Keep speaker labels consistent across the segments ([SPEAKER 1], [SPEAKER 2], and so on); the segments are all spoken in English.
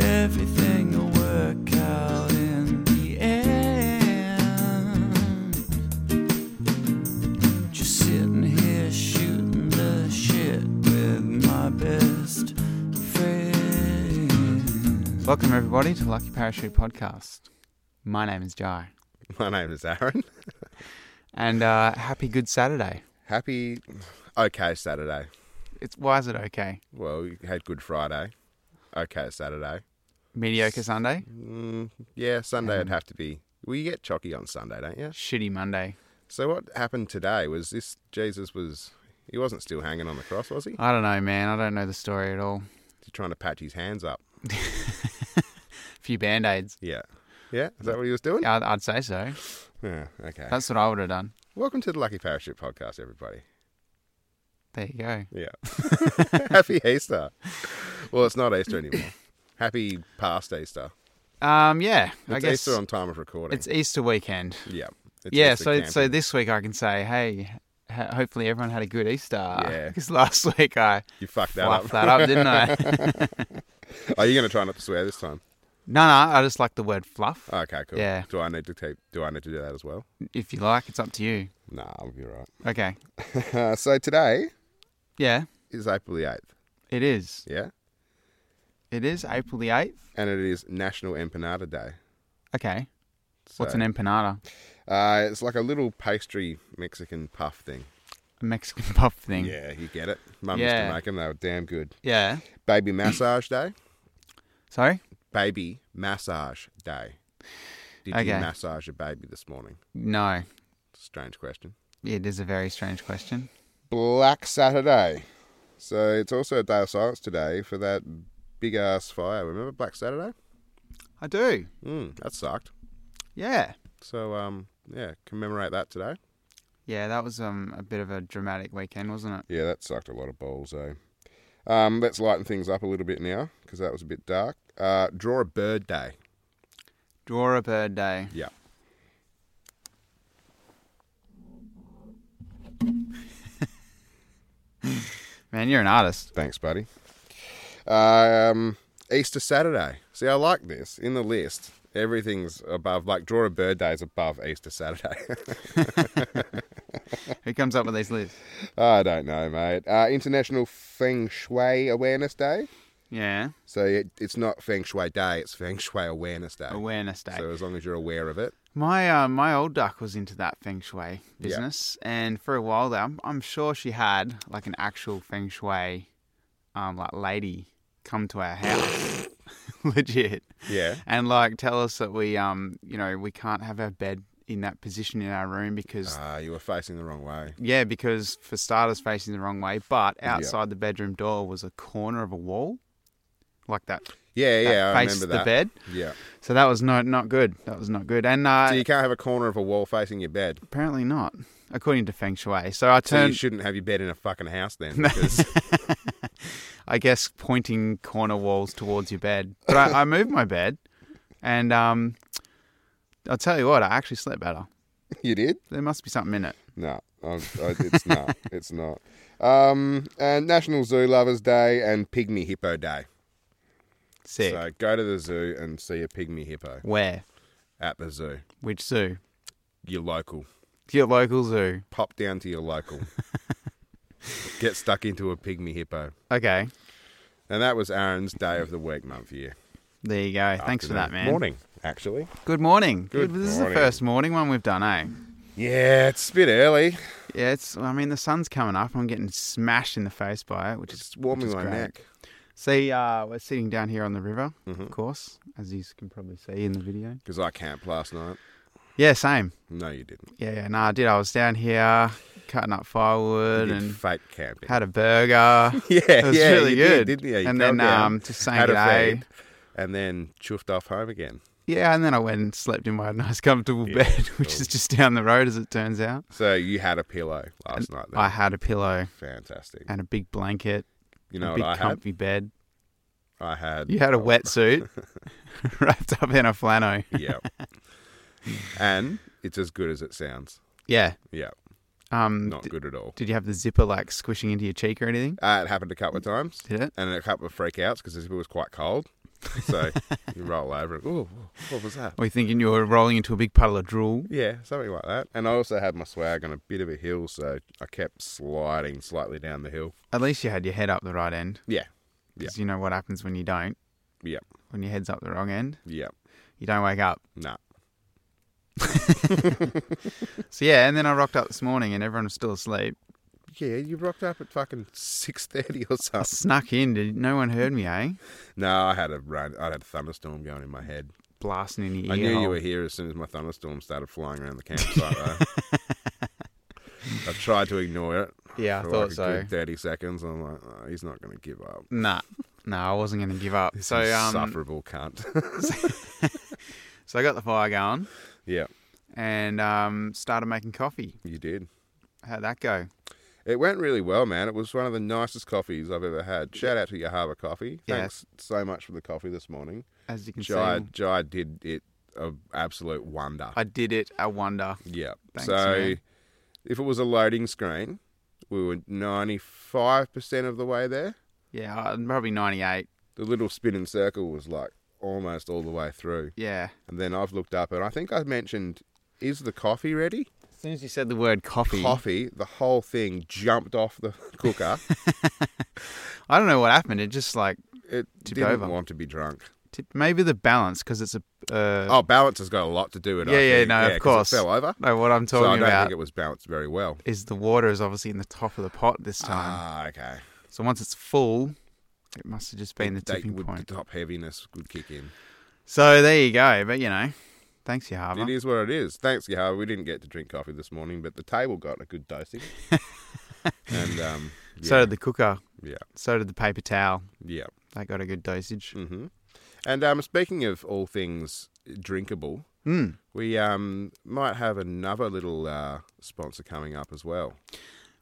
[SPEAKER 1] Everything will work out in the end. Just sitting here shooting the shit with my best friend.
[SPEAKER 2] Welcome, everybody, to Lucky Parachute Podcast. My name is Jai,
[SPEAKER 3] My name is Aaron.
[SPEAKER 2] and uh, happy Good Saturday.
[SPEAKER 3] Happy, okay Saturday.
[SPEAKER 2] It's why is it okay?
[SPEAKER 3] Well, we had Good Friday. Okay Saturday.
[SPEAKER 2] Mediocre Sunday,
[SPEAKER 3] Mm, yeah, Sunday would have to be. Well, you get chocky on Sunday, don't you?
[SPEAKER 2] shitty Monday.
[SPEAKER 3] So what happened today was this: Jesus was he wasn't still hanging on the cross, was he?
[SPEAKER 2] I don't know, man. I don't know the story at all.
[SPEAKER 3] He's trying to patch his hands up.
[SPEAKER 2] A few band aids.
[SPEAKER 3] Yeah, yeah. Is that what he was doing?
[SPEAKER 2] I'd, I'd say so.
[SPEAKER 3] Yeah. Okay.
[SPEAKER 2] That's what I would have done.
[SPEAKER 3] Welcome to the Lucky Parachute Podcast, everybody.
[SPEAKER 2] There you go.
[SPEAKER 3] Yeah. Happy Easter. Well, it's not Easter anymore. Happy past Easter.
[SPEAKER 2] Um, yeah, I
[SPEAKER 3] It's
[SPEAKER 2] guess
[SPEAKER 3] Easter on time of recording.
[SPEAKER 2] it's Easter weekend.
[SPEAKER 3] yeah. It's
[SPEAKER 2] yeah,
[SPEAKER 3] Easter
[SPEAKER 2] so so
[SPEAKER 3] camping.
[SPEAKER 2] this week I can say, hey, ho- hopefully everyone had a good Easter.
[SPEAKER 3] Yeah.
[SPEAKER 2] Because last week I
[SPEAKER 3] you fucked that up.
[SPEAKER 2] fluffed that up, didn't I?
[SPEAKER 3] Are you going to try not to swear this time? Oh,
[SPEAKER 2] no, no, I just like the word fluff.
[SPEAKER 3] Okay, cool.
[SPEAKER 2] Yeah.
[SPEAKER 3] Do I need to take? Do I need to do that as well?
[SPEAKER 2] If you like, it's up to you.
[SPEAKER 3] Nah, I'll be all
[SPEAKER 2] Okay.
[SPEAKER 3] right. Uh, so today
[SPEAKER 2] Yeah,
[SPEAKER 3] is April the eighth.
[SPEAKER 2] it is.
[SPEAKER 3] Yeah,
[SPEAKER 2] It is April the 8th.
[SPEAKER 3] and it is National Empanada Day.
[SPEAKER 2] Okay. What's
[SPEAKER 3] So,
[SPEAKER 2] an empanada?
[SPEAKER 3] Uh, it's like a little pastry Mexican puff thing.
[SPEAKER 2] A Mexican puff thing.
[SPEAKER 3] Yeah, you get it. Mum used
[SPEAKER 2] Mm. Yeah.
[SPEAKER 3] to make them. They were damn good.
[SPEAKER 2] Yeah.
[SPEAKER 3] Baby massage day.
[SPEAKER 2] Sorry?
[SPEAKER 3] Baby massage day. Did
[SPEAKER 2] Okay.
[SPEAKER 3] you massage a baby this morning?
[SPEAKER 2] No.
[SPEAKER 3] Strange question.
[SPEAKER 2] It is a very strange question.
[SPEAKER 3] Black Saturday. So it's also a day of silence today for that big ass fire. Remember Black Saturday?
[SPEAKER 2] I do.
[SPEAKER 3] Mm, that sucked.
[SPEAKER 2] Yeah.
[SPEAKER 3] So um, yeah, commemorate that today.
[SPEAKER 2] Yeah, that was um a bit of a dramatic weekend, wasn't it?
[SPEAKER 3] Yeah, that sucked a lot of balls though. Um, let's lighten things up a little bit now because that was a bit dark. Uh, draw a bird day.
[SPEAKER 2] Draw a bird day.
[SPEAKER 3] Yeah.
[SPEAKER 2] Man, you're an artist.
[SPEAKER 3] Thanks, buddy. Um, Easter Saturday. See, I like this in the list. Everything's above. Like draw a bird day is above Easter Saturday.
[SPEAKER 2] Who comes up with these lists?
[SPEAKER 3] I don't know, mate. Uh, International Feng Shui Awareness Day.
[SPEAKER 2] Yeah.
[SPEAKER 3] So it, it's not Feng Shui Day, it's Feng Shui Awareness Day.
[SPEAKER 2] Awareness day.
[SPEAKER 3] So as long as you're aware of it,
[SPEAKER 2] My uh, my old duck was into that feng shui business, and for a while there, I'm, I'm sure she had like an actual feng shui, um, like lady come to our house, legit,
[SPEAKER 3] yeah,
[SPEAKER 2] and like tell us that we um, you know, we can't have our bed in that position in our room because.
[SPEAKER 3] uh, you were facing the wrong way.
[SPEAKER 2] yeah, because for starters, facing the wrong way, but
[SPEAKER 3] Yeah.
[SPEAKER 2] outside the bedroom door was a corner of a wall, like that,
[SPEAKER 3] Yeah,
[SPEAKER 2] that
[SPEAKER 3] yeah, I
[SPEAKER 2] faced
[SPEAKER 3] remember
[SPEAKER 2] the
[SPEAKER 3] that.
[SPEAKER 2] bed.
[SPEAKER 3] Yeah,
[SPEAKER 2] So that was not not good. That was not good. And uh,
[SPEAKER 3] so you can't have a corner of a wall facing your bed.
[SPEAKER 2] Apparently not, according to Feng Shui. So I
[SPEAKER 3] So you
[SPEAKER 2] turned,
[SPEAKER 3] shouldn't have your bed in a fucking house then. Because,
[SPEAKER 2] I guess, pointing corner walls towards your bed. But I, I moved my bed, and um, I'll tell you what, I actually slept better.
[SPEAKER 3] you did?
[SPEAKER 2] There must be something in it.
[SPEAKER 3] No, I, I, it's not. It's not. Um, and National Zoo Lovers Day and Pygmy Hippo Day.
[SPEAKER 2] Sick.
[SPEAKER 3] So go to the zoo and see a pygmy hippo
[SPEAKER 2] Where?
[SPEAKER 3] at the zoo.
[SPEAKER 2] Which zoo?
[SPEAKER 3] Your local.
[SPEAKER 2] Your local zoo.
[SPEAKER 3] pop down to your local. Get stuck into a pygmy hippo.
[SPEAKER 2] Okay.
[SPEAKER 3] And that was Aaron's day of the week, month, year.
[SPEAKER 2] There you go. Thanks for that, man.
[SPEAKER 3] Morning, actually.
[SPEAKER 2] Good morning.
[SPEAKER 3] Good
[SPEAKER 2] This is the
[SPEAKER 3] morning.
[SPEAKER 2] first morning one we've done, eh?
[SPEAKER 3] Yeah, it's a bit early.
[SPEAKER 2] Yeah, it's. I mean, the sun's coming up. I'm getting smashed in the face by it, which is
[SPEAKER 3] It's warming
[SPEAKER 2] which is
[SPEAKER 3] my
[SPEAKER 2] great.
[SPEAKER 3] neck. Mm-hmm.
[SPEAKER 2] See, uh, we're sitting down here on the river, of course, as you can probably see in the video.
[SPEAKER 3] Because I camped last night.
[SPEAKER 2] Yeah, same.
[SPEAKER 3] No, you didn't.
[SPEAKER 2] Yeah, yeah, no, I did. I was down here cutting up
[SPEAKER 3] You
[SPEAKER 2] firewood
[SPEAKER 3] did
[SPEAKER 2] and
[SPEAKER 3] fake camping.
[SPEAKER 2] had a burger.
[SPEAKER 3] yeah,
[SPEAKER 2] It was
[SPEAKER 3] yeah,
[SPEAKER 2] really
[SPEAKER 3] you did,
[SPEAKER 2] good.
[SPEAKER 3] didn't you? You
[SPEAKER 2] and
[SPEAKER 3] fell
[SPEAKER 2] then
[SPEAKER 3] down,
[SPEAKER 2] um, just saying
[SPEAKER 3] had a
[SPEAKER 2] g'day.
[SPEAKER 3] feed, and then chuffed off home again.
[SPEAKER 2] Yeah, and then I went and slept in my nice, comfortable
[SPEAKER 3] Yeah,
[SPEAKER 2] bed, which
[SPEAKER 3] cool.
[SPEAKER 2] is just down the road, as it turns out.
[SPEAKER 3] So you had a pillow last night. Then.
[SPEAKER 2] I had a pillow
[SPEAKER 3] Fantastic.
[SPEAKER 2] and a big blanket,
[SPEAKER 3] You know
[SPEAKER 2] a
[SPEAKER 3] what
[SPEAKER 2] big
[SPEAKER 3] I had?
[SPEAKER 2] comfy bed.
[SPEAKER 3] I had.
[SPEAKER 2] You had a wetsuit wrapped up in a flannel.
[SPEAKER 3] yeah. And it's as good as it sounds.
[SPEAKER 2] Yeah.
[SPEAKER 3] Yeah,
[SPEAKER 2] Um,
[SPEAKER 3] not
[SPEAKER 2] d-
[SPEAKER 3] good at all.
[SPEAKER 2] did you have the zipper like squishing into your cheek or anything?
[SPEAKER 3] Uh, it happened a couple of times
[SPEAKER 2] Did it?
[SPEAKER 3] and a couple of freakouts because the zipper was quite cold. So you roll over. And, Ooh, what was that?
[SPEAKER 2] Were you thinking you were rolling into a big puddle of drool?
[SPEAKER 3] Yeah, something like that. And I also had my swag on a bit of a hill, so I kept sliding slightly down the hill.
[SPEAKER 2] At least you had your head up the right end.
[SPEAKER 3] Yeah,
[SPEAKER 2] Because you know what happens when you don't.
[SPEAKER 3] Yep.
[SPEAKER 2] When your head's up the wrong end,
[SPEAKER 3] yeah,
[SPEAKER 2] you don't wake up.
[SPEAKER 3] nah.
[SPEAKER 2] So yeah, and then I rocked up this morning and everyone was still asleep.
[SPEAKER 3] Yeah, you rocked up at fucking six thirty or
[SPEAKER 2] I
[SPEAKER 3] something.
[SPEAKER 2] snuck in. Did no one heard me? Eh?
[SPEAKER 3] No, I had a run. I had a thunderstorm going in my head.
[SPEAKER 2] Blasting in your ear.
[SPEAKER 3] I knew you
[SPEAKER 2] hole.
[SPEAKER 3] were here as soon as my thunderstorm started flying around the campsite. though. I tried to ignore it.
[SPEAKER 2] Yeah, I
[SPEAKER 3] for
[SPEAKER 2] thought
[SPEAKER 3] like a
[SPEAKER 2] so.
[SPEAKER 3] Good Thirty seconds. I'm like, oh, he's not going to give up.
[SPEAKER 2] Nah, nah, I wasn't going to give up.
[SPEAKER 3] This
[SPEAKER 2] so um,
[SPEAKER 3] insufferable cunt.
[SPEAKER 2] so I got the fire going
[SPEAKER 3] yeah,
[SPEAKER 2] and um, started making coffee.
[SPEAKER 3] you did.
[SPEAKER 2] How'd that go?
[SPEAKER 3] It went really well, man. It was one of the nicest coffees I've ever had. Shout out to Yahava Coffee.
[SPEAKER 2] Yeah.
[SPEAKER 3] Thanks so much for the coffee this morning.
[SPEAKER 2] As you can
[SPEAKER 3] Jai,
[SPEAKER 2] see,
[SPEAKER 3] Jai did it a absolute wonder.
[SPEAKER 2] I did it. I wonder.
[SPEAKER 3] yeah.
[SPEAKER 2] Thanks,
[SPEAKER 3] so
[SPEAKER 2] man.
[SPEAKER 3] if it was a loading screen, we were 95% of the way there.
[SPEAKER 2] Yeah, I- probably ninety-eight.
[SPEAKER 3] The little spinning circle was like almost all the way through.
[SPEAKER 2] Yeah.
[SPEAKER 3] And then I've looked up and I think I mentioned, is the coffee ready?
[SPEAKER 2] As soon as you said the word coffee,
[SPEAKER 3] Coffee, the whole thing jumped off the cooker.
[SPEAKER 2] I don't know what happened. It just like
[SPEAKER 3] It
[SPEAKER 2] Tipped
[SPEAKER 3] didn't
[SPEAKER 2] over.
[SPEAKER 3] want to be drunk.
[SPEAKER 2] tipped- maybe the balance because it's a. Uh,
[SPEAKER 3] Oh, balance has got a lot to do with it. I
[SPEAKER 2] Yeah, yeah,
[SPEAKER 3] think.
[SPEAKER 2] no, of
[SPEAKER 3] 'cause
[SPEAKER 2] course.
[SPEAKER 3] It fell over.
[SPEAKER 2] No, what I'm
[SPEAKER 3] So I
[SPEAKER 2] talking
[SPEAKER 3] don't
[SPEAKER 2] about
[SPEAKER 3] think it was balanced very well.
[SPEAKER 2] is the water is obviously in the top of the pot this time.
[SPEAKER 3] Ah, okay.
[SPEAKER 2] so once it's full, it must have just been the
[SPEAKER 3] They
[SPEAKER 2] tipping
[SPEAKER 3] would-
[SPEAKER 2] point.
[SPEAKER 3] The top heaviness would kick in.
[SPEAKER 2] So there you go. But you know, thanks,
[SPEAKER 3] It
[SPEAKER 2] Yahava.
[SPEAKER 3] is what it is. Thanks, Yahar. We didn't get to drink coffee this morning, but the table got a good dosing. and um, yeah,
[SPEAKER 2] So did the cooker.
[SPEAKER 3] yeah,
[SPEAKER 2] So did the paper towel.
[SPEAKER 3] yeah.
[SPEAKER 2] That got a good dosage.
[SPEAKER 3] hmm And um, speaking of all things drinkable,
[SPEAKER 2] Mm.
[SPEAKER 3] we um, might have another little uh, sponsor coming up as well.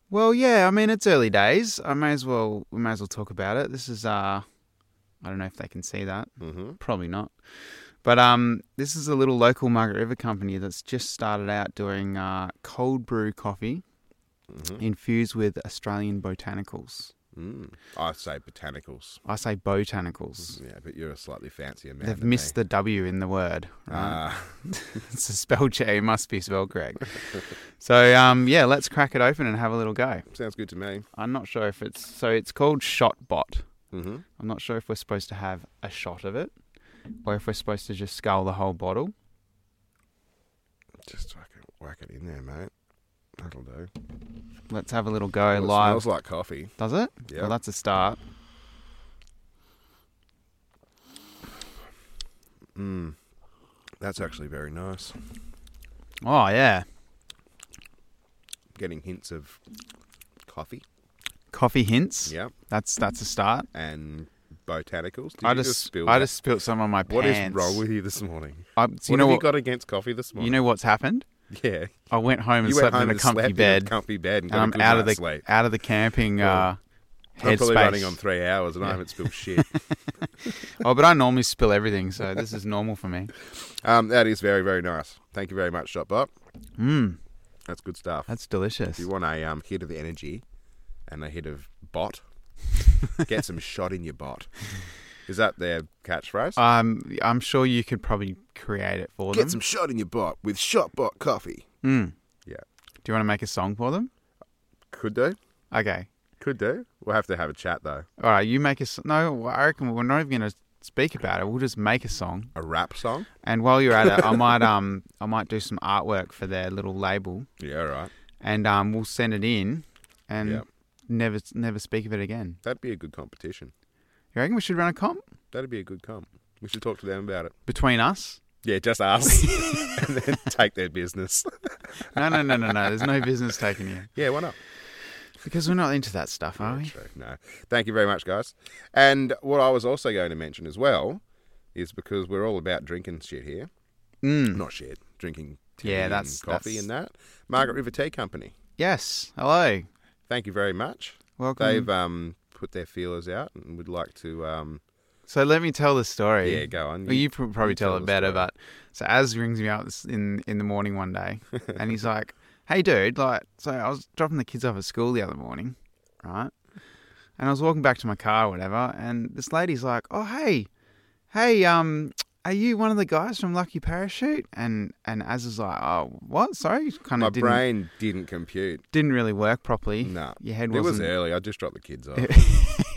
[SPEAKER 2] Well, yeah. I mean, it's early days. I may as well. We may as well talk about it. This is. uh I don't know if they can see that.
[SPEAKER 3] hmm
[SPEAKER 2] Probably not. But um, this is a little local Margaret River company that's just started out doing uh, cold brew coffee
[SPEAKER 3] hmm
[SPEAKER 2] infused with Australian botanicals.
[SPEAKER 3] Mm. I say botanicals. Mm,
[SPEAKER 2] I say botanicals.
[SPEAKER 3] Yeah, but you're a slightly fancier man.
[SPEAKER 2] They've missed the W in the word.
[SPEAKER 3] Ah.
[SPEAKER 2] Right? it's a spell check. It must be spelled correct. so um, yeah, let's crack it open and have a little go.
[SPEAKER 3] sounds good to me.
[SPEAKER 2] I'm not sure if it's so. It's called Shotbot.
[SPEAKER 3] hmm
[SPEAKER 2] I'm not sure if we're supposed to have a shot of it, or if we're supposed to just scull the whole bottle.
[SPEAKER 3] Just fucking whack it in there, mate. That'll do.
[SPEAKER 2] Let's have a little go
[SPEAKER 3] Well, it
[SPEAKER 2] live.
[SPEAKER 3] smells like coffee.
[SPEAKER 2] Does it?
[SPEAKER 3] Yeah.
[SPEAKER 2] Well, that's a start.
[SPEAKER 3] mm. That's actually very nice.
[SPEAKER 2] Oh yeah,
[SPEAKER 3] Getting hints of coffee.
[SPEAKER 2] coffee hints.
[SPEAKER 3] Yeah.
[SPEAKER 2] That's that's a start.
[SPEAKER 3] And botanicals. Did
[SPEAKER 2] I
[SPEAKER 3] you
[SPEAKER 2] just,
[SPEAKER 3] spill
[SPEAKER 2] I
[SPEAKER 3] that?
[SPEAKER 2] just spilled some on my
[SPEAKER 3] What is
[SPEAKER 2] pants.
[SPEAKER 3] wrong with you this morning?
[SPEAKER 2] I,
[SPEAKER 3] What
[SPEAKER 2] you know
[SPEAKER 3] have
[SPEAKER 2] what?
[SPEAKER 3] you got against coffee this
[SPEAKER 2] you
[SPEAKER 3] morning?
[SPEAKER 2] know what's happened?
[SPEAKER 3] yeah.
[SPEAKER 2] I went home and
[SPEAKER 3] You went
[SPEAKER 2] slept
[SPEAKER 3] home
[SPEAKER 2] in a
[SPEAKER 3] and
[SPEAKER 2] comfy
[SPEAKER 3] slept
[SPEAKER 2] bed,
[SPEAKER 3] in a comfy bed and got
[SPEAKER 2] and
[SPEAKER 3] a
[SPEAKER 2] I'm
[SPEAKER 3] good
[SPEAKER 2] out of the
[SPEAKER 3] night's sleep.
[SPEAKER 2] out of the camping
[SPEAKER 3] Well,
[SPEAKER 2] uh,
[SPEAKER 3] I'm probably running
[SPEAKER 2] headspace.
[SPEAKER 3] on three hours and I
[SPEAKER 2] Yeah.
[SPEAKER 3] haven't spilled shit.
[SPEAKER 2] oh, but I normally spill everything, so this is normal for me.
[SPEAKER 3] um, that is very, very nice. Thank you very much, Shopbot.
[SPEAKER 2] Mmm,
[SPEAKER 3] That's good stuff.
[SPEAKER 2] that's delicious.
[SPEAKER 3] If you want a um, hit of energy and a hit of bot, get some shot in your bot. Is that their catchphrase?
[SPEAKER 2] Um, I'm sure you could probably create it for
[SPEAKER 3] get
[SPEAKER 2] them.
[SPEAKER 3] some shot in your bot with shot bot coffee.
[SPEAKER 2] Mm.
[SPEAKER 3] Yeah.
[SPEAKER 2] Do you want to make a song for them?
[SPEAKER 3] Could do.
[SPEAKER 2] Okay.
[SPEAKER 3] Could do. We'll have to have a chat though.
[SPEAKER 2] All right, you make a s- no. I reckon we're not even going to speak about it. We'll just make a song.
[SPEAKER 3] A rap song?
[SPEAKER 2] And while you're at it, I might um I might do some artwork for their little label,
[SPEAKER 3] Yeah, all right.
[SPEAKER 2] and um we'll send it in, and
[SPEAKER 3] Yeah.
[SPEAKER 2] never never speak of it again.
[SPEAKER 3] That'd be a good competition.
[SPEAKER 2] You reckon we should run a comp
[SPEAKER 3] That'd be a good comp. We should talk to them about it.
[SPEAKER 2] between us?
[SPEAKER 3] Yeah, just us. and then take their business.
[SPEAKER 2] No, no, no, no, no. There's no business taking you
[SPEAKER 3] Yeah, why not?
[SPEAKER 2] because we're not into that stuff, are
[SPEAKER 3] Yeah,
[SPEAKER 2] we?
[SPEAKER 3] true. No. Thank you very much, guys. And what I was also going to mention as well is because we're all about drinking shit here.
[SPEAKER 2] Mm.
[SPEAKER 3] not shit, drinking tea
[SPEAKER 2] Yeah,
[SPEAKER 3] and
[SPEAKER 2] that's- that's-
[SPEAKER 3] coffee and that. Margaret River Tea Company.
[SPEAKER 2] Yes. Hello.
[SPEAKER 3] Thank you very much.
[SPEAKER 2] Welcome.
[SPEAKER 3] They've um, put their feelers out and would like to. Um,
[SPEAKER 2] So let me tell the story.
[SPEAKER 3] yeah, go on.
[SPEAKER 2] Well, you pr- probably
[SPEAKER 3] you
[SPEAKER 2] tell,
[SPEAKER 3] tell
[SPEAKER 2] it
[SPEAKER 3] the
[SPEAKER 2] better,
[SPEAKER 3] story.
[SPEAKER 2] but so Az rings me up this- in in the morning one day, and he's like, "Hey, dude, like, so I was dropping the kids off at school the other morning, right? And I was walking back to my car, or whatever, and this lady's like, "Oh, hey, "Hey, um, are you one of the guys from Lucky Parachute?" And and Az is like, "Oh, what? Sorry, kind
[SPEAKER 3] My
[SPEAKER 2] of didn't
[SPEAKER 3] brain didn't compute.
[SPEAKER 2] didn't really work properly.
[SPEAKER 3] No.
[SPEAKER 2] your head
[SPEAKER 3] It was
[SPEAKER 2] wasn't.
[SPEAKER 3] early. I just dropped the kids off.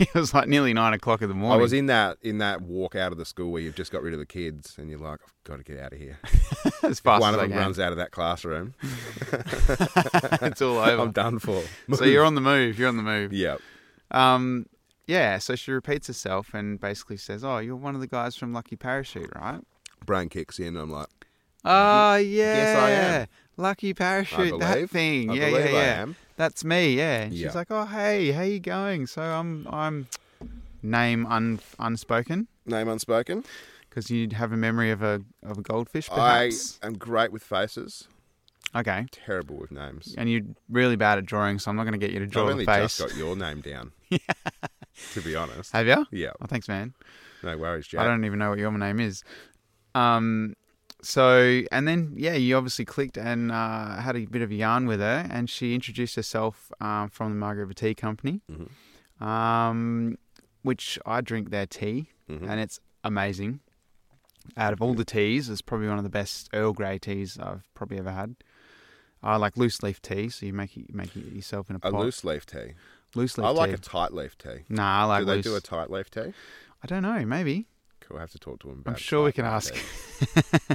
[SPEAKER 2] it was like nearly nine o'clock in the
[SPEAKER 3] I
[SPEAKER 2] morning.
[SPEAKER 3] was in that in that walk out of the school where you've just got rid of the kids and you're like, I've got to get out of here.
[SPEAKER 2] as fast
[SPEAKER 3] One
[SPEAKER 2] as
[SPEAKER 3] of
[SPEAKER 2] I
[SPEAKER 3] them
[SPEAKER 2] can.
[SPEAKER 3] runs out of that classroom.
[SPEAKER 2] it's all over.
[SPEAKER 3] I'm done for.
[SPEAKER 2] so you're on the move. You're on the move.
[SPEAKER 3] Yeah.
[SPEAKER 2] Um, yeah. So she repeats herself and basically says, "Oh, you're one of the guys from Lucky Parachute, right?"
[SPEAKER 3] Brain kicks in. I'm like,
[SPEAKER 2] Oh, yeah.
[SPEAKER 3] Mm-hmm. I
[SPEAKER 2] yeah.
[SPEAKER 3] am.
[SPEAKER 2] Lucky parachute, that
[SPEAKER 3] believe-
[SPEAKER 2] thing.
[SPEAKER 3] I
[SPEAKER 2] yeah, yeah,
[SPEAKER 3] believe
[SPEAKER 2] yeah.
[SPEAKER 3] I am.
[SPEAKER 2] That's me. Yeah. And
[SPEAKER 3] Yeah.
[SPEAKER 2] She's like, oh, hey, how you going? So I'm, I'm name un, unspoken
[SPEAKER 3] name unspoken.
[SPEAKER 2] because you have a memory of a of a goldfish,
[SPEAKER 3] I
[SPEAKER 2] perhaps.
[SPEAKER 3] am great with faces,
[SPEAKER 2] Okay.
[SPEAKER 3] terrible with names.
[SPEAKER 2] And you're really bad at drawing, so I'm not going to get you to draw
[SPEAKER 3] I've
[SPEAKER 2] the
[SPEAKER 3] only
[SPEAKER 2] face.
[SPEAKER 3] just got your name down. To be honest.
[SPEAKER 2] Have you?
[SPEAKER 3] Yeah.
[SPEAKER 2] Oh, thanks, man.
[SPEAKER 3] No worries,
[SPEAKER 2] I
[SPEAKER 3] Jack.
[SPEAKER 2] don't even know what your name is. Um, so and then yeah, you obviously clicked and uh, had a bit of a yarn with her, and she introduced herself um, from the Margarita Tea Company,
[SPEAKER 3] Mm-hmm.
[SPEAKER 2] um, which I drink their tea,
[SPEAKER 3] Mm-hmm.
[SPEAKER 2] and it's amazing. Out of all the teas, it's probably one of the best Earl Grey teas I've probably ever had. I like loose leaf tea, so you make it, make it yourself in a
[SPEAKER 3] A
[SPEAKER 2] pot.
[SPEAKER 3] loose leaf tea.
[SPEAKER 2] loose leaf
[SPEAKER 3] I like
[SPEAKER 2] tea.
[SPEAKER 3] a tight leaf tea.
[SPEAKER 2] nah, I like
[SPEAKER 3] Do they
[SPEAKER 2] loose.
[SPEAKER 3] do a tight leaf tea?
[SPEAKER 2] I don't know, maybe.
[SPEAKER 3] Cool. I have to talk to him about.
[SPEAKER 2] I'm sure we can
[SPEAKER 3] tight leaf
[SPEAKER 2] ask.
[SPEAKER 3] tea.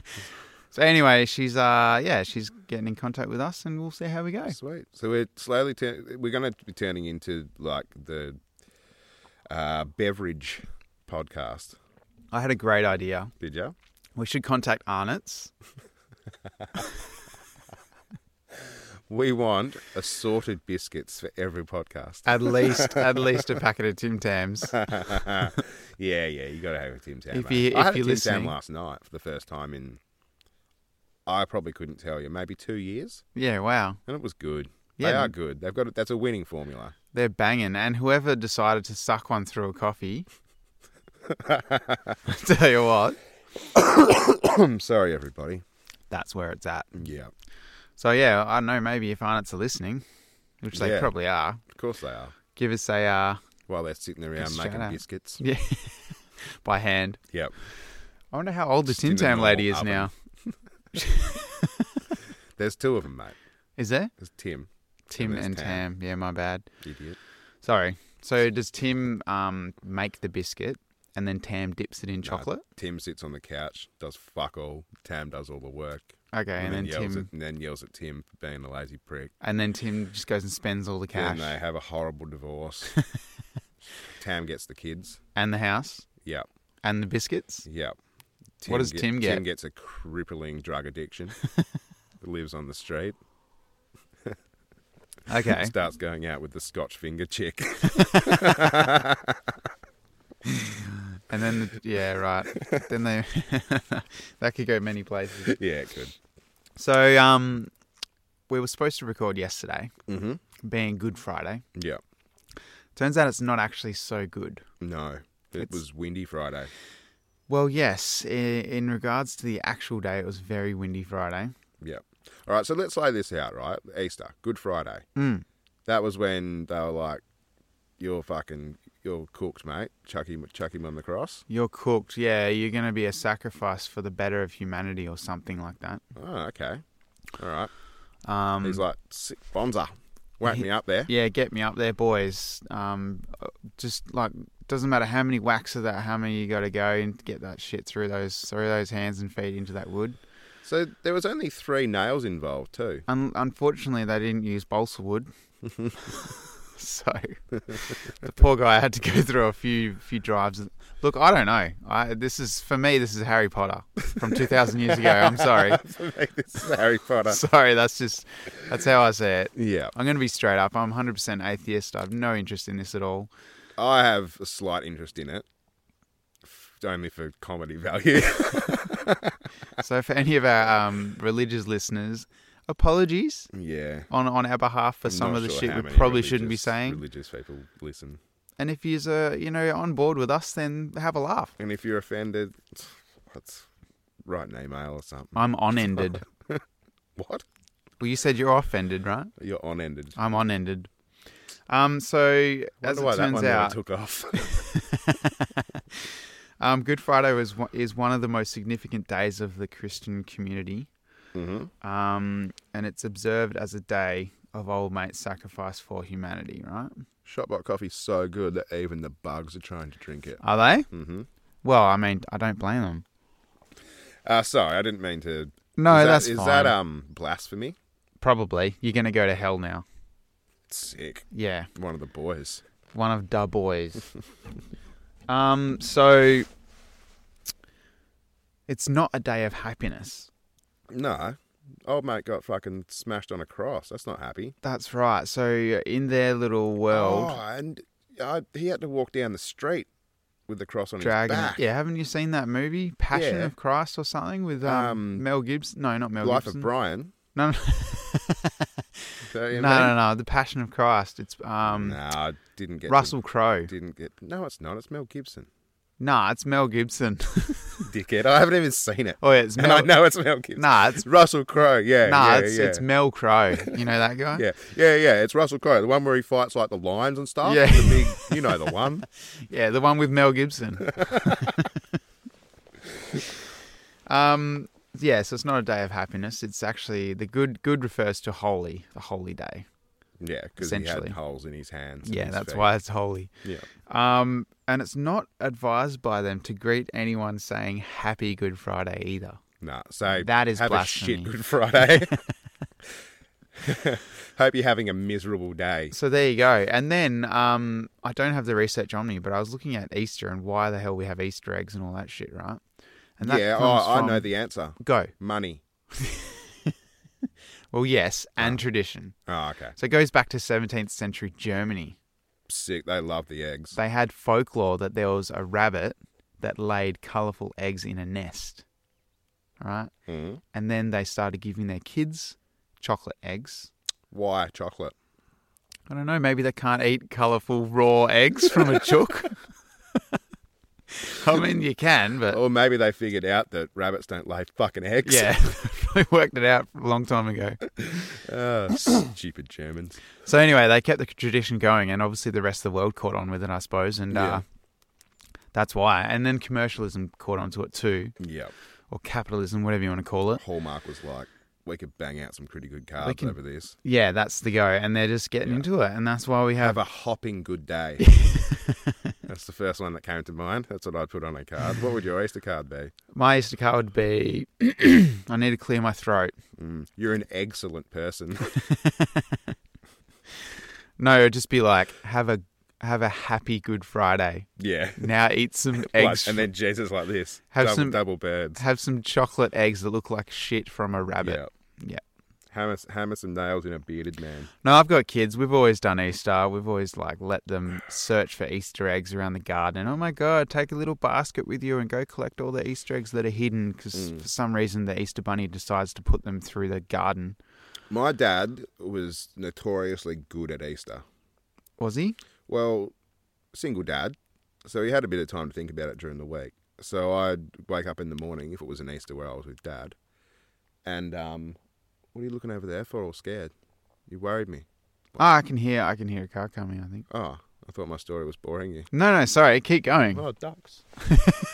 [SPEAKER 2] so anyway, she's uh yeah, she's getting in contact with us, and we'll see how we go.
[SPEAKER 3] Sweet. So we're slowly turn. We're going to be turning into like the uh, beverage podcast.
[SPEAKER 2] I had a great idea.
[SPEAKER 3] Did you?
[SPEAKER 2] We should contact Arnott's.
[SPEAKER 3] We want assorted biscuits for every podcast.
[SPEAKER 2] At least, at least a packet of Tim Tams.
[SPEAKER 3] yeah, yeah. You got to have a Tim Tam.
[SPEAKER 2] If
[SPEAKER 3] mate.
[SPEAKER 2] you-
[SPEAKER 3] I
[SPEAKER 2] if
[SPEAKER 3] had a
[SPEAKER 2] you're
[SPEAKER 3] Tim
[SPEAKER 2] listening-
[SPEAKER 3] Tam last night for the first time in. I probably couldn't tell you. Maybe two years,
[SPEAKER 2] Yeah, wow,
[SPEAKER 3] and it was good. they
[SPEAKER 2] Yeah.
[SPEAKER 3] are good. They've got that's a winning formula.
[SPEAKER 2] they're banging. And whoever decided to suck one through a coffee, I tell you what,
[SPEAKER 3] I'm sorry, everybody.
[SPEAKER 2] that's where it's at.
[SPEAKER 3] Yeah,
[SPEAKER 2] So yeah, I don't know. Maybe if Arnott's are listening, which they
[SPEAKER 3] Yeah.
[SPEAKER 2] probably are,
[SPEAKER 3] of course they are.
[SPEAKER 2] give us a uh,
[SPEAKER 3] While they're sitting around
[SPEAKER 2] Just shout
[SPEAKER 3] making
[SPEAKER 2] out.
[SPEAKER 3] biscuits.
[SPEAKER 2] yeah, by hand.
[SPEAKER 3] Yep.
[SPEAKER 2] I wonder how old the Tim
[SPEAKER 3] in a
[SPEAKER 2] Tam lady is
[SPEAKER 3] normal
[SPEAKER 2] now.
[SPEAKER 3] There's two of them, mate.
[SPEAKER 2] Is there
[SPEAKER 3] There's Tim,
[SPEAKER 2] Tim
[SPEAKER 3] there's
[SPEAKER 2] and
[SPEAKER 3] Tam.
[SPEAKER 2] Tam? Yeah, my bad.
[SPEAKER 3] idiot.
[SPEAKER 2] Sorry. So does Tim um, make the biscuit and then Tam dips it in
[SPEAKER 3] No,
[SPEAKER 2] chocolate?
[SPEAKER 3] Tim sits on the couch, does fuck all. Tam does all the work,
[SPEAKER 2] Okay, and, then,
[SPEAKER 3] yells
[SPEAKER 2] Tim
[SPEAKER 3] at, and then yells at Tim for being a lazy prick.
[SPEAKER 2] and then Tim just goes and spends all the cash
[SPEAKER 3] Then they have a horrible divorce. Tam gets the kids.
[SPEAKER 2] and the house
[SPEAKER 3] Yep,
[SPEAKER 2] and the biscuits.
[SPEAKER 3] yep.
[SPEAKER 2] What does Tim get?
[SPEAKER 3] Tim gets a crippling drug addiction. lives on the street.
[SPEAKER 2] Okay.
[SPEAKER 3] Starts going out with the Scotch finger chick.
[SPEAKER 2] and then the, yeah, right. then they that could go many places.
[SPEAKER 3] yeah, it could.
[SPEAKER 2] So um we were supposed to record yesterday,
[SPEAKER 3] Mm-hmm.
[SPEAKER 2] being Good Friday.
[SPEAKER 3] Yeah.
[SPEAKER 2] Turns out it's not actually so good.
[SPEAKER 3] No, it
[SPEAKER 2] It's-
[SPEAKER 3] was windy Friday.
[SPEAKER 2] Well, yes, i- in regards to the actual day, it was very windy Friday.
[SPEAKER 3] Yeah. All right. So let's lay this out. Right. Easter, Good Friday.
[SPEAKER 2] Mm.
[SPEAKER 3] That was when they were like, "You're fucking, you're cooked, mate. Chuck him, chuck him on the cross."
[SPEAKER 2] You're cooked. Yeah, you're going to be a sacrifice for the better of humanity or something like that.
[SPEAKER 3] Oh, okay. All right.
[SPEAKER 2] Um,
[SPEAKER 3] He's like, "Sick "Bonza, whack me up there."
[SPEAKER 2] yeah, get me up there, boys. Um, uh, just like doesn't matter how many whacks of that hammer you got to go and get that shit through those through those hands and feet into that wood.
[SPEAKER 3] So there was only three nails involved too.
[SPEAKER 2] Un- unfortunately, they didn't use balsa wood, so the poor guy had to go through a few few drives. Look, I don't know. I this is for me. This is Harry Potter from two thousand years ago. I'm sorry.
[SPEAKER 3] For me, this is Harry Potter.
[SPEAKER 2] Sorry, that's just that's how I say it.
[SPEAKER 3] Yeah,
[SPEAKER 2] I'm going to be straight up. I'm 100% atheist. I have no interest in this at all.
[SPEAKER 3] I have a slight interest in it, f- only for comedy value.
[SPEAKER 2] So for any of our um, religious listeners, apologies
[SPEAKER 3] yeah.
[SPEAKER 2] on, on our behalf for
[SPEAKER 3] I'm
[SPEAKER 2] some
[SPEAKER 3] not
[SPEAKER 2] of the
[SPEAKER 3] sure how
[SPEAKER 2] shit we
[SPEAKER 3] many
[SPEAKER 2] probably shouldn't be
[SPEAKER 3] religious-
[SPEAKER 2] saying.
[SPEAKER 3] Religious people listen,
[SPEAKER 2] And if you're you know on board with us, then have a laugh.
[SPEAKER 3] and if you're offended, what's write an email or something.
[SPEAKER 2] I'm on-ended.
[SPEAKER 3] What?
[SPEAKER 2] well, you said you're offended, right?
[SPEAKER 3] You're on ended.
[SPEAKER 2] I'm on-ended. Um, so as
[SPEAKER 3] That's
[SPEAKER 2] it
[SPEAKER 3] why that
[SPEAKER 2] turns
[SPEAKER 3] one never
[SPEAKER 2] out,
[SPEAKER 3] took off.
[SPEAKER 2] Um, Good Friday was one- is one of the most significant days of the Christian community,
[SPEAKER 3] hmm
[SPEAKER 2] um, and it's observed as a day of old mate sacrifice for humanity. Right?
[SPEAKER 3] Shopbot coffee's so good that even the bugs are trying to drink it.
[SPEAKER 2] Are they?
[SPEAKER 3] hmm
[SPEAKER 2] Well, I mean, I don't blame them.
[SPEAKER 3] Uh, sorry, I didn't mean to.
[SPEAKER 2] No,
[SPEAKER 3] is that,
[SPEAKER 2] that's
[SPEAKER 3] is
[SPEAKER 2] fine.
[SPEAKER 3] that um blasphemy?
[SPEAKER 2] Probably you're gonna go to hell now.
[SPEAKER 3] Sick.
[SPEAKER 2] Yeah.
[SPEAKER 3] One of the boys.
[SPEAKER 2] One of the boys. um, so it's not a day of happiness.
[SPEAKER 3] No, old mate got fucking smashed on a cross. That's not happy.
[SPEAKER 2] That's right. So in their little world,
[SPEAKER 3] Oh, and uh, he had to walk down the street with the cross on
[SPEAKER 2] dragon.
[SPEAKER 3] his back.
[SPEAKER 2] Yeah, haven't you seen that movie, Passion
[SPEAKER 3] Yeah.
[SPEAKER 2] of Christ or something with um,
[SPEAKER 3] Um,
[SPEAKER 2] Mel Gibson? No, not Mel
[SPEAKER 3] Life
[SPEAKER 2] Gibson.
[SPEAKER 3] of Brian.
[SPEAKER 2] no, no,
[SPEAKER 3] No,
[SPEAKER 2] no, no, no, The Passion of Christ. It's um
[SPEAKER 3] no, I didn't get to-
[SPEAKER 2] Russell Crowe.
[SPEAKER 3] didn't get. No, it's not. It's Mel Gibson.
[SPEAKER 2] Nah, it's Mel Gibson.
[SPEAKER 3] Dickhead. I haven't even seen it.
[SPEAKER 2] oh, yeah, it's
[SPEAKER 3] And I
[SPEAKER 2] Mel.
[SPEAKER 3] know it's Mel Gibson.
[SPEAKER 2] Nah, it's
[SPEAKER 3] It's Russell Crowe. Yeah.
[SPEAKER 2] nah,
[SPEAKER 3] yeah,
[SPEAKER 2] it's,
[SPEAKER 3] yeah.
[SPEAKER 2] it's Mel Crowe. You know that guy?
[SPEAKER 3] yeah, yeah, yeah. It's Russell Crowe, the one where he fights like the lions and stuff.
[SPEAKER 2] Yeah.
[SPEAKER 3] the big, you know, the one.
[SPEAKER 2] Yeah, the one with Mel Gibson. um, yeah, so it's not a day of happiness. It's actually the good. Good refers to holy, the holy day.
[SPEAKER 3] Yeah, because he had
[SPEAKER 2] Essentially.
[SPEAKER 3] holes in his hands. and
[SPEAKER 2] Yeah,
[SPEAKER 3] his
[SPEAKER 2] that's
[SPEAKER 3] feet.
[SPEAKER 2] why it's holy.
[SPEAKER 3] Yeah,
[SPEAKER 2] Um, and it's not advised by them to greet anyone saying Happy Good Friday either.
[SPEAKER 3] nah. So
[SPEAKER 2] That is
[SPEAKER 3] have a
[SPEAKER 2] blasphemy.
[SPEAKER 3] shit Good Friday. Hope you're having a miserable day.
[SPEAKER 2] So there you go. And then um, I don't have the research on me, but I was looking at Easter and why the hell we have Easter eggs and all that shit, right? And that
[SPEAKER 3] yeah,
[SPEAKER 2] comes
[SPEAKER 3] oh, I
[SPEAKER 2] from-
[SPEAKER 3] know the answer.
[SPEAKER 2] go.
[SPEAKER 3] Money.
[SPEAKER 2] Well, yes, and tradition.
[SPEAKER 3] Oh, okay.
[SPEAKER 2] So it goes back to 17th century Germany.
[SPEAKER 3] Sick. They love the eggs.
[SPEAKER 2] They had folklore that there was a rabbit that laid colourful eggs in a nest. All right.
[SPEAKER 3] Mhm.
[SPEAKER 2] And then they started giving their kids chocolate eggs.
[SPEAKER 3] Why chocolate?
[SPEAKER 2] I don't know, maybe they can't eat colourful raw eggs from a chook. I mean, you can, but
[SPEAKER 3] Or maybe they figured out that rabbits don't lay fucking eggs.
[SPEAKER 2] yeah, probably worked it out a long time ago.
[SPEAKER 3] Oh, stupid Germans.
[SPEAKER 2] So anyway, they kept the tradition going, and obviously the rest of the world caught on with it, I suppose, and
[SPEAKER 3] Yeah.
[SPEAKER 2] uh, that's why. And then commercialism caught onto it too,
[SPEAKER 3] Yeah.
[SPEAKER 2] or capitalism, whatever you want to call it.
[SPEAKER 3] Hallmark was like, we could bang out some pretty good cards
[SPEAKER 2] can-
[SPEAKER 3] over this.
[SPEAKER 2] Yeah, that's the go, and they're just getting
[SPEAKER 3] Yeah.
[SPEAKER 2] into it, and that's why we have.
[SPEAKER 3] Have a hopping good day. That's the first one that came to mind. That's what I'd put on a card. What would your Easter card be?
[SPEAKER 2] My Easter card would be. I need to clear my throat.
[SPEAKER 3] Mm, You're an excellent person.
[SPEAKER 2] No, it'd just be like have a have a happy Good Friday.
[SPEAKER 3] yeah.
[SPEAKER 2] Now eat some
[SPEAKER 3] Like-
[SPEAKER 2] eggs.
[SPEAKER 3] and then Jesus like this.
[SPEAKER 2] Have
[SPEAKER 3] double,
[SPEAKER 2] some-
[SPEAKER 3] double birds.
[SPEAKER 2] have some chocolate eggs that look like shit from a rabbit.
[SPEAKER 3] Yeah.
[SPEAKER 2] Yeah.
[SPEAKER 3] Hammer, hammer some nails in a bearded man.
[SPEAKER 2] No, I've got kids. We've always done Easter. We've always like let them search for Easter eggs around the garden. And, oh my god, take a little basket with you and go collect all the Easter eggs that are hidden because for some reason the Easter bunny decides to put them through the garden.
[SPEAKER 3] My dad was notoriously good at Easter.
[SPEAKER 2] Was he?
[SPEAKER 3] Well, single dad, so he had a bit of time to think about it during the week. So I'd wake up in the morning if it was an Easter where I was with dad, and um, what are you looking over there for? All scared? You worried me.
[SPEAKER 2] Oh, I can hear. I can hear a car coming. I think.
[SPEAKER 3] Oh, I thought my story was boring you.
[SPEAKER 2] No, no, sorry. Keep going.
[SPEAKER 3] Oh, ducks.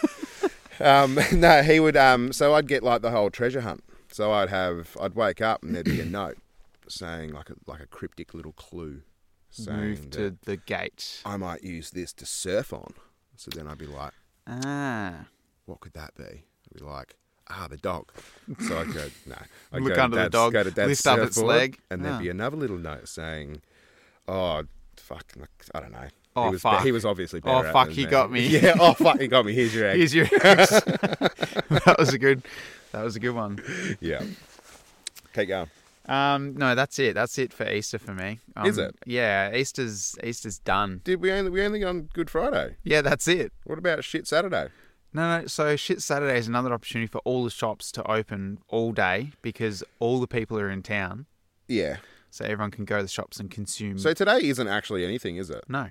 [SPEAKER 3] um, no, he would. Um, so I'd get like the whole treasure hunt. So I'd have, I'd wake up and there'd be a note saying like a like a cryptic little clue, saying
[SPEAKER 2] Move
[SPEAKER 3] that
[SPEAKER 2] to the gate.
[SPEAKER 3] I might use this to surf on. So then I'd be like,
[SPEAKER 2] Ah.
[SPEAKER 3] what could that be? I'd be like, ah, the dog. So I'd go, no. I'd
[SPEAKER 2] Look
[SPEAKER 3] go to
[SPEAKER 2] under the
[SPEAKER 3] dad's-
[SPEAKER 2] dog,
[SPEAKER 3] go to dad's
[SPEAKER 2] lift up its
[SPEAKER 3] surfboard,
[SPEAKER 2] leg. Ah.
[SPEAKER 3] And there'd
[SPEAKER 2] Yeah.
[SPEAKER 3] be another little note saying, oh, fuck, like, I don't know.
[SPEAKER 2] Oh,
[SPEAKER 3] he was,
[SPEAKER 2] fuck.
[SPEAKER 3] He was obviously better
[SPEAKER 2] Oh,
[SPEAKER 3] at it
[SPEAKER 2] fuck,
[SPEAKER 3] than
[SPEAKER 2] he got me.
[SPEAKER 3] Yeah, oh, fuck, he got me. Here's your egg.
[SPEAKER 2] Here's your. that was a good. That was a good one.
[SPEAKER 3] yeah. Keep going.
[SPEAKER 2] Um, no, that's it. That's it for Easter for me. Um,
[SPEAKER 3] Is it?
[SPEAKER 2] Yeah, Easter's Easter's done.
[SPEAKER 3] Did we only, we only on Good Friday.
[SPEAKER 2] Yeah, that's it.
[SPEAKER 3] What about Shit Saturday?
[SPEAKER 2] No, no. So shit, Saturday is another opportunity for all the shops to open all day because all the people are in town,
[SPEAKER 3] Yeah.
[SPEAKER 2] so everyone can go to the shops and consume.
[SPEAKER 3] So today isn't actually anything, is it?
[SPEAKER 2] no,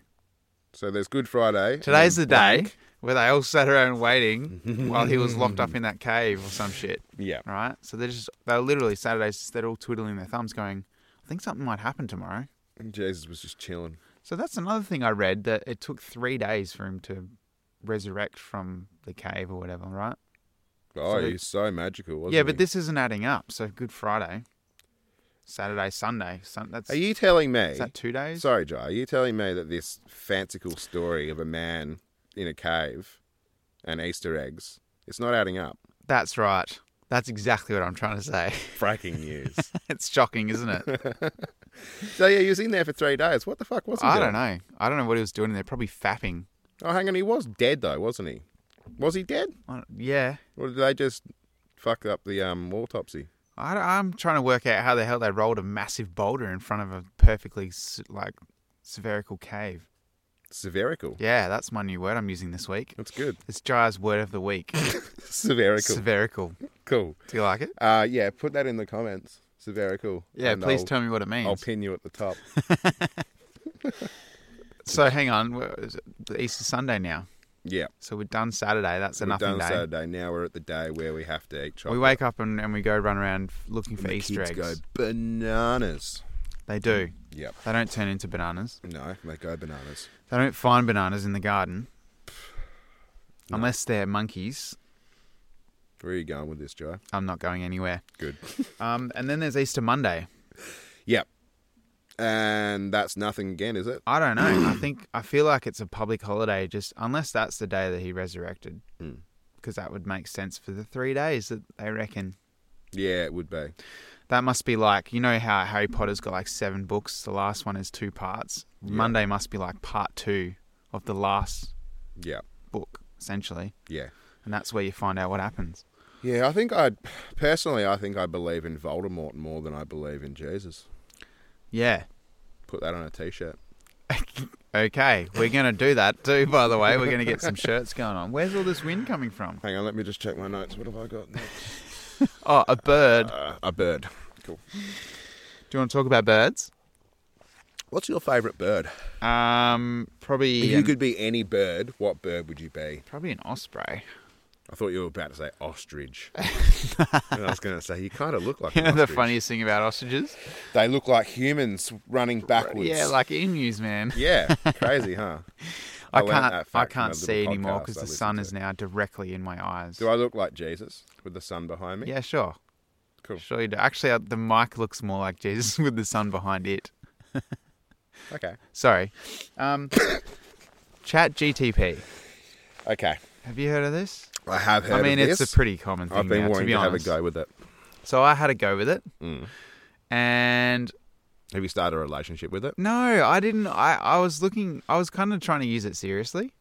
[SPEAKER 3] So there's Good Friday. and
[SPEAKER 2] today's the day
[SPEAKER 3] blank.
[SPEAKER 2] where they all sat around waiting while he was locked up in that cave or some shit.
[SPEAKER 3] Yeah.
[SPEAKER 2] Right. So they're just they're literally Saturdays. They're all twiddling their thumbs, going, "I think something might happen tomorrow."
[SPEAKER 3] Jesus was just chilling.
[SPEAKER 2] So that's another thing I read that it took three days for him to resurrect from the cave or whatever, right?
[SPEAKER 3] Oh,
[SPEAKER 2] So-
[SPEAKER 3] he's so magical, wasn't
[SPEAKER 2] yeah, but
[SPEAKER 3] he?
[SPEAKER 2] this isn't adding up. So Good Friday, Saturday, Sunday. Sun, that's
[SPEAKER 3] Are you telling me?
[SPEAKER 2] is that two days?
[SPEAKER 3] Sorry, Jai. Are you telling me that this fanciful story of a man in a cave and Easter eggs, it's not adding up?
[SPEAKER 2] That's right. That's exactly what I'm trying to say.
[SPEAKER 3] Fracking news.
[SPEAKER 2] it's shocking, isn't it?
[SPEAKER 3] so, yeah, he was in there for three days. What the fuck was he
[SPEAKER 2] I don't
[SPEAKER 3] doing?
[SPEAKER 2] know. I don't know what he was doing in there. Probably fapping.
[SPEAKER 3] Oh, hang on. He was dead, though, wasn't he? Was he dead?
[SPEAKER 2] I don't- Yeah.
[SPEAKER 3] Or did they just fuck up the um, autopsy?
[SPEAKER 2] I, am trying to work out how the hell they rolled a massive boulder in front of a perfectly s- like spherical cave.
[SPEAKER 3] Severical.
[SPEAKER 2] Yeah, that's my new word I'm using this week.
[SPEAKER 3] That's good.
[SPEAKER 2] It's Jai's word of the week.
[SPEAKER 3] Severical.
[SPEAKER 2] Spherical.
[SPEAKER 3] cool.
[SPEAKER 2] Do you like it?
[SPEAKER 3] Uh, yeah, put that in the comments. Severical.
[SPEAKER 2] Yeah,
[SPEAKER 3] And
[SPEAKER 2] please
[SPEAKER 3] I'll,
[SPEAKER 2] tell me what it means.
[SPEAKER 3] I'll pin you at the top.
[SPEAKER 2] so hang on, where is it? Easter Sunday now.
[SPEAKER 3] yeah.
[SPEAKER 2] So we're done Saturday. That's a
[SPEAKER 3] We've
[SPEAKER 2] nothing
[SPEAKER 3] done
[SPEAKER 2] day.
[SPEAKER 3] Saturday. Now we're at the day where we have to eat chocolate.
[SPEAKER 2] We wake up and, and we go run around f- looking for
[SPEAKER 3] the
[SPEAKER 2] Easter
[SPEAKER 3] kids
[SPEAKER 2] eggs.
[SPEAKER 3] go bananas.
[SPEAKER 2] They do.
[SPEAKER 3] Yep.
[SPEAKER 2] They don't turn into bananas.
[SPEAKER 3] No, they go bananas.
[SPEAKER 2] They don't find bananas in the garden, unless they're monkeys.
[SPEAKER 3] Where are you going with this, Joe?
[SPEAKER 2] I'm not going anywhere.
[SPEAKER 3] Good.
[SPEAKER 2] Um, and then there's Easter Monday.
[SPEAKER 3] yep. And that's nothing again, is it?
[SPEAKER 2] I don't know. I think I feel like it's a public holiday, just unless that's the day that he resurrected,
[SPEAKER 3] Mm.
[SPEAKER 2] because that would make sense for the three days that they reckon.
[SPEAKER 3] Yeah, it would be.
[SPEAKER 2] That must be like you know how Harry Potter's got like seven books. The last one is two parts.
[SPEAKER 3] Yeah.
[SPEAKER 2] Monday must be like part two of the last
[SPEAKER 3] Yeah.
[SPEAKER 2] book, essentially,
[SPEAKER 3] Yeah.
[SPEAKER 2] and that's where you find out what happens.
[SPEAKER 3] Yeah, I think I personally I think I believe in Voldemort more than I believe in Jesus.
[SPEAKER 2] Yeah.
[SPEAKER 3] Put that on a t shirt.
[SPEAKER 2] Okay, we're gonna do that too. By the way, we're gonna get some shirts going on. Where's all this wind coming from?
[SPEAKER 3] Hang on, let me just check my notes. What have I got next?
[SPEAKER 2] Oh, a bird.
[SPEAKER 3] Uh, a bird. Cool.
[SPEAKER 2] Do you want to talk about birds?
[SPEAKER 3] What's your favourite bird?
[SPEAKER 2] Um, probably.
[SPEAKER 3] If you
[SPEAKER 2] an-
[SPEAKER 3] could be any bird, what bird would you be?
[SPEAKER 2] Probably an osprey.
[SPEAKER 3] I thought you were about to say ostrich. and I was going to say, you kind of look like
[SPEAKER 2] You
[SPEAKER 3] an
[SPEAKER 2] know the
[SPEAKER 3] ostrich.
[SPEAKER 2] funniest thing about ostriches?
[SPEAKER 3] They look like humans running backwards.
[SPEAKER 2] Yeah, like emus, man.
[SPEAKER 3] Yeah, crazy, huh?
[SPEAKER 2] I,
[SPEAKER 3] learnt
[SPEAKER 2] can't.
[SPEAKER 3] that
[SPEAKER 2] I
[SPEAKER 3] fact from
[SPEAKER 2] can't
[SPEAKER 3] a little
[SPEAKER 2] see anymore
[SPEAKER 3] podcast
[SPEAKER 2] because
[SPEAKER 3] I
[SPEAKER 2] the
[SPEAKER 3] listened
[SPEAKER 2] sun
[SPEAKER 3] to.
[SPEAKER 2] is now directly in my eyes.
[SPEAKER 3] Do I look like Jesus with the sun behind me?
[SPEAKER 2] Yeah, sure.
[SPEAKER 3] Cool.
[SPEAKER 2] Sure you do. Actually, uh, the mic looks more like Jesus with the sun behind it.
[SPEAKER 3] Okay.
[SPEAKER 2] Sorry. Um, Chat GTP.
[SPEAKER 3] Okay.
[SPEAKER 2] Have you heard of this?
[SPEAKER 3] I have heard
[SPEAKER 2] I mean,
[SPEAKER 3] of
[SPEAKER 2] it's
[SPEAKER 3] this.
[SPEAKER 2] a pretty common thing
[SPEAKER 3] I've been
[SPEAKER 2] now, to
[SPEAKER 3] wanting
[SPEAKER 2] be
[SPEAKER 3] to, have a
[SPEAKER 2] honest.
[SPEAKER 3] go with it.
[SPEAKER 2] So I had a go with it,
[SPEAKER 3] Mm.
[SPEAKER 2] and
[SPEAKER 3] Have you started a relationship with it?
[SPEAKER 2] no, I didn't. I, I was looking. I was kind of trying to use it seriously.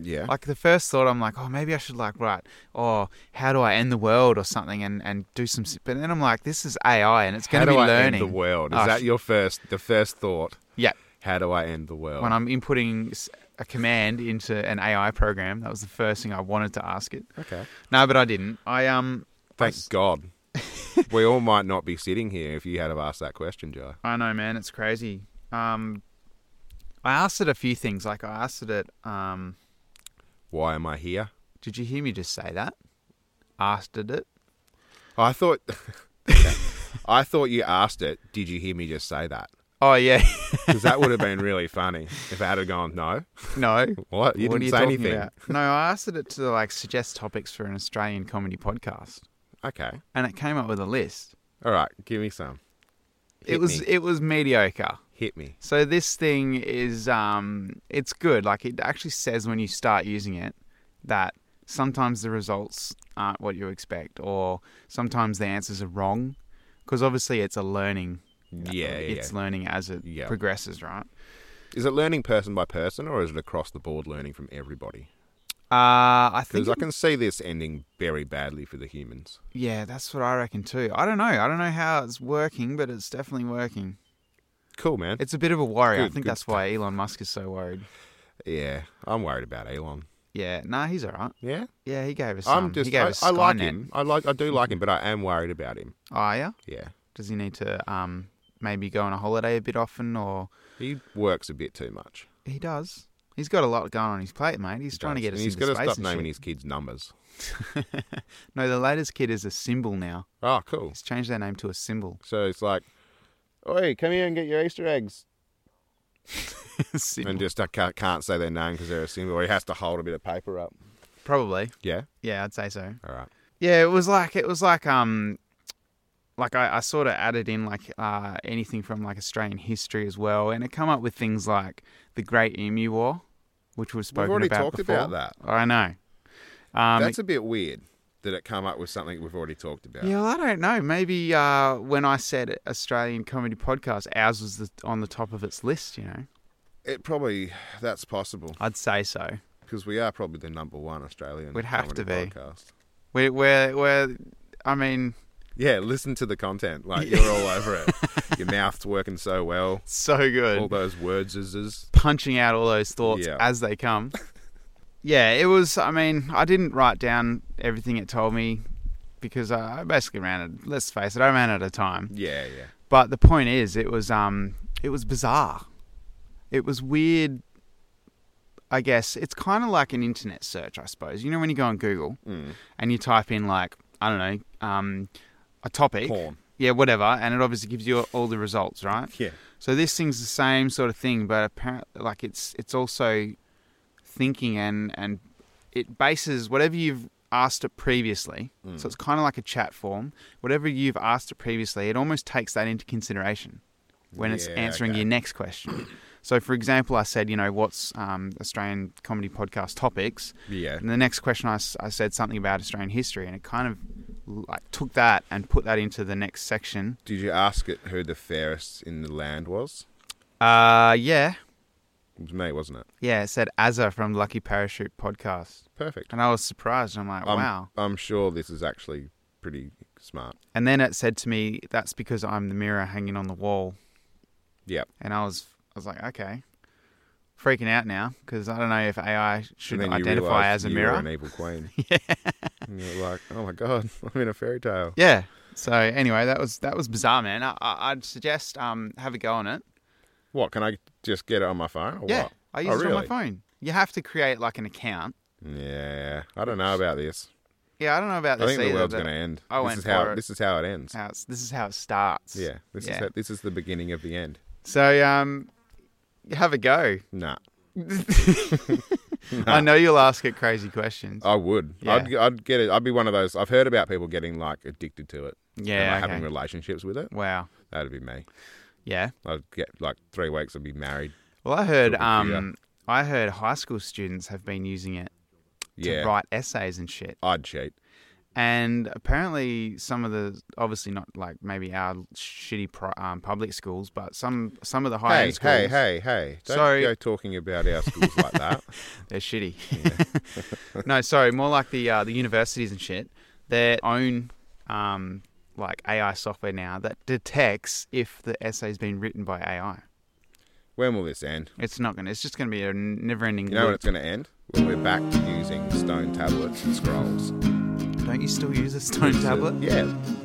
[SPEAKER 3] Yeah.
[SPEAKER 2] Like the first thought, I'm like, oh, maybe I should like write, oh, how do I end the world or something, and and do some. s- But then I'm like, this is AI, and it's
[SPEAKER 3] How
[SPEAKER 2] going to
[SPEAKER 3] do
[SPEAKER 2] be
[SPEAKER 3] I
[SPEAKER 2] learning.
[SPEAKER 3] end the world? Is
[SPEAKER 2] Oh,
[SPEAKER 3] that
[SPEAKER 2] sh-
[SPEAKER 3] your first, the first thought?
[SPEAKER 2] Yeah.
[SPEAKER 3] How do I end the world?
[SPEAKER 2] When I'm inputting s- a command into an AI program, that was the first thing I wanted to ask it.
[SPEAKER 3] okay.
[SPEAKER 2] No, but I didn't. I um. I
[SPEAKER 3] Thank
[SPEAKER 2] s-
[SPEAKER 3] God. we all might not be sitting here if you had have asked that question, Joe.
[SPEAKER 2] I know, man. It's crazy. Um, I asked it a few things. Like I asked it, at, um,
[SPEAKER 3] Why am I here?
[SPEAKER 2] did you hear me just say that? Asked it it.
[SPEAKER 3] I thought I thought you asked it, did you hear me just say that?
[SPEAKER 2] Oh yeah.
[SPEAKER 3] Because that would have been really funny if I had gone, no.
[SPEAKER 2] no.
[SPEAKER 3] What? You
[SPEAKER 2] What are
[SPEAKER 3] didn't
[SPEAKER 2] you
[SPEAKER 3] say
[SPEAKER 2] talking
[SPEAKER 3] anything.
[SPEAKER 2] about? No, I asked it to like suggest topics for an Australian comedy podcast,
[SPEAKER 3] Okay.
[SPEAKER 2] and it came up with a list.
[SPEAKER 3] All right. Give me some. Hit
[SPEAKER 2] it was
[SPEAKER 3] me.
[SPEAKER 2] it was mediocre.
[SPEAKER 3] Hit me.
[SPEAKER 2] So this thing is um it's good. Like it actually says when you start using it that sometimes the results aren't what you expect or sometimes the answers are wrong because obviously it's a learning
[SPEAKER 3] Yeah, yeah,
[SPEAKER 2] it's learning as it
[SPEAKER 3] Yeah.
[SPEAKER 2] progresses, right?
[SPEAKER 3] Is it learning person by person or is it across the board learning from everybody?
[SPEAKER 2] Uh I think
[SPEAKER 3] Because I can see this ending very badly for the humans.
[SPEAKER 2] yeah, that's what I reckon too. I don't know. I don't know how it's working, but it's definitely working.
[SPEAKER 3] Cool, man.
[SPEAKER 2] It's a bit of a worry. I
[SPEAKER 3] Good,
[SPEAKER 2] think
[SPEAKER 3] good
[SPEAKER 2] that's why Elon Musk is so worried.
[SPEAKER 3] yeah. I'm worried about Elon.
[SPEAKER 2] Yeah, nah, he's all right.
[SPEAKER 3] Yeah.
[SPEAKER 2] Yeah, he gave us.
[SPEAKER 3] I'm
[SPEAKER 2] some.
[SPEAKER 3] just
[SPEAKER 2] He gave
[SPEAKER 3] I,
[SPEAKER 2] us
[SPEAKER 3] I like
[SPEAKER 2] Skynet.
[SPEAKER 3] him. I like I do like him, but I am worried about him.
[SPEAKER 2] Oh yeah.
[SPEAKER 3] Yeah.
[SPEAKER 2] Does he need to um, maybe go on a holiday a bit often, or
[SPEAKER 3] He works a bit too much.
[SPEAKER 2] he does? He's got a lot going on his plate, mate. He's trying to get us
[SPEAKER 3] And He's
[SPEAKER 2] into
[SPEAKER 3] got to
[SPEAKER 2] space
[SPEAKER 3] stop
[SPEAKER 2] and
[SPEAKER 3] naming
[SPEAKER 2] shit.
[SPEAKER 3] his kids numbers.
[SPEAKER 2] No, the latest kid is a symbol now.
[SPEAKER 3] Oh, cool.
[SPEAKER 2] He's changed their name to a symbol.
[SPEAKER 3] So it's like, oi, come here and get your Easter eggs.
[SPEAKER 2] Sim-
[SPEAKER 3] and just I can't, can't say their name because they're a symbol. Or he has to hold a bit of paper up.
[SPEAKER 2] Probably.
[SPEAKER 3] Yeah.
[SPEAKER 2] Yeah, I'd say so.
[SPEAKER 3] All right.
[SPEAKER 2] Yeah, it was like it was like um like I, I sort of added in like uh anything from like Australian history as well and it come up with things like the Great Emu War, which we've spoken
[SPEAKER 3] already
[SPEAKER 2] about
[SPEAKER 3] talked
[SPEAKER 2] before.
[SPEAKER 3] about that.
[SPEAKER 2] I know. Um,
[SPEAKER 3] That's a bit weird that it come up with something we've already talked about.
[SPEAKER 2] Yeah, well, I don't know. Maybe uh, when I said Australian comedy podcast, ours was the, on the top of its list. You know,
[SPEAKER 3] It probably that's possible
[SPEAKER 2] I'd say so.
[SPEAKER 3] because we are probably the number one Australian.
[SPEAKER 2] We'd have
[SPEAKER 3] comedy
[SPEAKER 2] to be.
[SPEAKER 3] Podcast.
[SPEAKER 2] We're we're, we're I mean,
[SPEAKER 3] Yeah, listen to the content. Like you're all over it. Your mouth's working so well.
[SPEAKER 2] so good.
[SPEAKER 3] All those words is is.
[SPEAKER 2] punching out all those thoughts
[SPEAKER 3] Yeah.
[SPEAKER 2] as they come. yeah, it was. I mean, I didn't write down everything it told me because I I basically ran it. Let's face it, I ran out of time.
[SPEAKER 3] Yeah, yeah.
[SPEAKER 2] But the point is, it was um, it was bizarre. It was weird. I guess it's kind of like an internet search, I suppose. You know, when you go on Google
[SPEAKER 3] Mm.
[SPEAKER 2] and you type in like I don't know, um, a topic,
[SPEAKER 3] Porn.
[SPEAKER 2] yeah, whatever, and it obviously gives you all the results, right?
[SPEAKER 3] Yeah.
[SPEAKER 2] So this thing's the same sort of thing, but apparently, like it's it's also thinking and and it bases whatever you've asked it previously.
[SPEAKER 3] Mm.
[SPEAKER 2] So it's kind of like a chat form. Whatever you've asked it previously, it almost takes that into consideration when it's
[SPEAKER 3] Yeah,
[SPEAKER 2] answering
[SPEAKER 3] okay.
[SPEAKER 2] your next question. So, for example, I said, you know, what's um, Australian comedy podcast topics?
[SPEAKER 3] Yeah.
[SPEAKER 2] And the next question, I, s- I said something about Australian history, and it kind of like took that and put that into the next section.
[SPEAKER 3] Did you ask it who the fairest in the land was?
[SPEAKER 2] Uh, yeah,
[SPEAKER 3] It was me, wasn't it?
[SPEAKER 2] Yeah, it said Azza from Lucky Parachute podcast.
[SPEAKER 3] Perfect.
[SPEAKER 2] And I was surprised. I'm like,
[SPEAKER 3] I'm-
[SPEAKER 2] Oh, wow.
[SPEAKER 3] I'm sure this is actually pretty smart.
[SPEAKER 2] And then it said to me, that's because I'm the mirror hanging on the wall.
[SPEAKER 3] Yep.
[SPEAKER 2] And I was, I was like, okay. Freaking out now because I don't know if AI should
[SPEAKER 3] And then you
[SPEAKER 2] identify
[SPEAKER 3] realise
[SPEAKER 2] as a
[SPEAKER 3] you
[SPEAKER 2] mirror.
[SPEAKER 3] Were an evil queen. yeah. And you're like, oh my god, I'm in a fairy tale.
[SPEAKER 2] yeah. So anyway, that was that was bizarre, man. I, I, I'd suggest um have a go on it.
[SPEAKER 3] What? Can I just get it on my phone? Or
[SPEAKER 2] yeah,
[SPEAKER 3] What?
[SPEAKER 2] I use
[SPEAKER 3] oh,
[SPEAKER 2] it
[SPEAKER 3] really?
[SPEAKER 2] on my phone. You have to create like an account.
[SPEAKER 3] Yeah. I don't know about this.
[SPEAKER 2] Yeah, I don't know about
[SPEAKER 3] I
[SPEAKER 2] this
[SPEAKER 3] think the
[SPEAKER 2] either,
[SPEAKER 3] world's
[SPEAKER 2] but
[SPEAKER 3] going to end.
[SPEAKER 2] I
[SPEAKER 3] this
[SPEAKER 2] went
[SPEAKER 3] is how
[SPEAKER 2] for it.
[SPEAKER 3] this is how it ends.
[SPEAKER 2] how it's- this is how it starts.
[SPEAKER 3] Yeah. This is
[SPEAKER 2] Yeah.
[SPEAKER 3] how, this is the beginning of the end.
[SPEAKER 2] So um, have a go.
[SPEAKER 3] Nah.
[SPEAKER 2] I know you'll ask it crazy questions.
[SPEAKER 3] I would.
[SPEAKER 2] Yeah.
[SPEAKER 3] I'd I'd get it. I'd be one of those. I've heard about people getting like addicted to it. and,
[SPEAKER 2] yeah.
[SPEAKER 3] like, having
[SPEAKER 2] okay.
[SPEAKER 3] relationships with it.
[SPEAKER 2] Wow.
[SPEAKER 3] That'd be me.
[SPEAKER 2] Yeah.
[SPEAKER 3] I'd get like three weeks. I'd be married.
[SPEAKER 2] Well, I heard
[SPEAKER 3] Talking to
[SPEAKER 2] um, I heard high school students have been using it to
[SPEAKER 3] Yeah.
[SPEAKER 2] write essays and shit.
[SPEAKER 3] I'd cheat.
[SPEAKER 2] And apparently, some of the obviously not like maybe our shitty pri- um, public schools, but some some of the high
[SPEAKER 3] Hey,
[SPEAKER 2] end schools
[SPEAKER 3] hey, hey, hey! Don't
[SPEAKER 2] Sorry.
[SPEAKER 3] go talking about our schools like that.
[SPEAKER 2] they're shitty. no, sorry, more like the uh, the universities and shit. Their own um, like AI software now that detects if the essay's been written by AI.
[SPEAKER 3] When will this end?
[SPEAKER 2] It's not gonna. It's just gonna be a never-ending
[SPEAKER 3] You know when
[SPEAKER 2] loop.
[SPEAKER 3] it's going to end? When we're back to using stone tablets and scrolls.
[SPEAKER 2] Don't you still use a stone
[SPEAKER 3] So,
[SPEAKER 2] tablet?
[SPEAKER 3] yeah,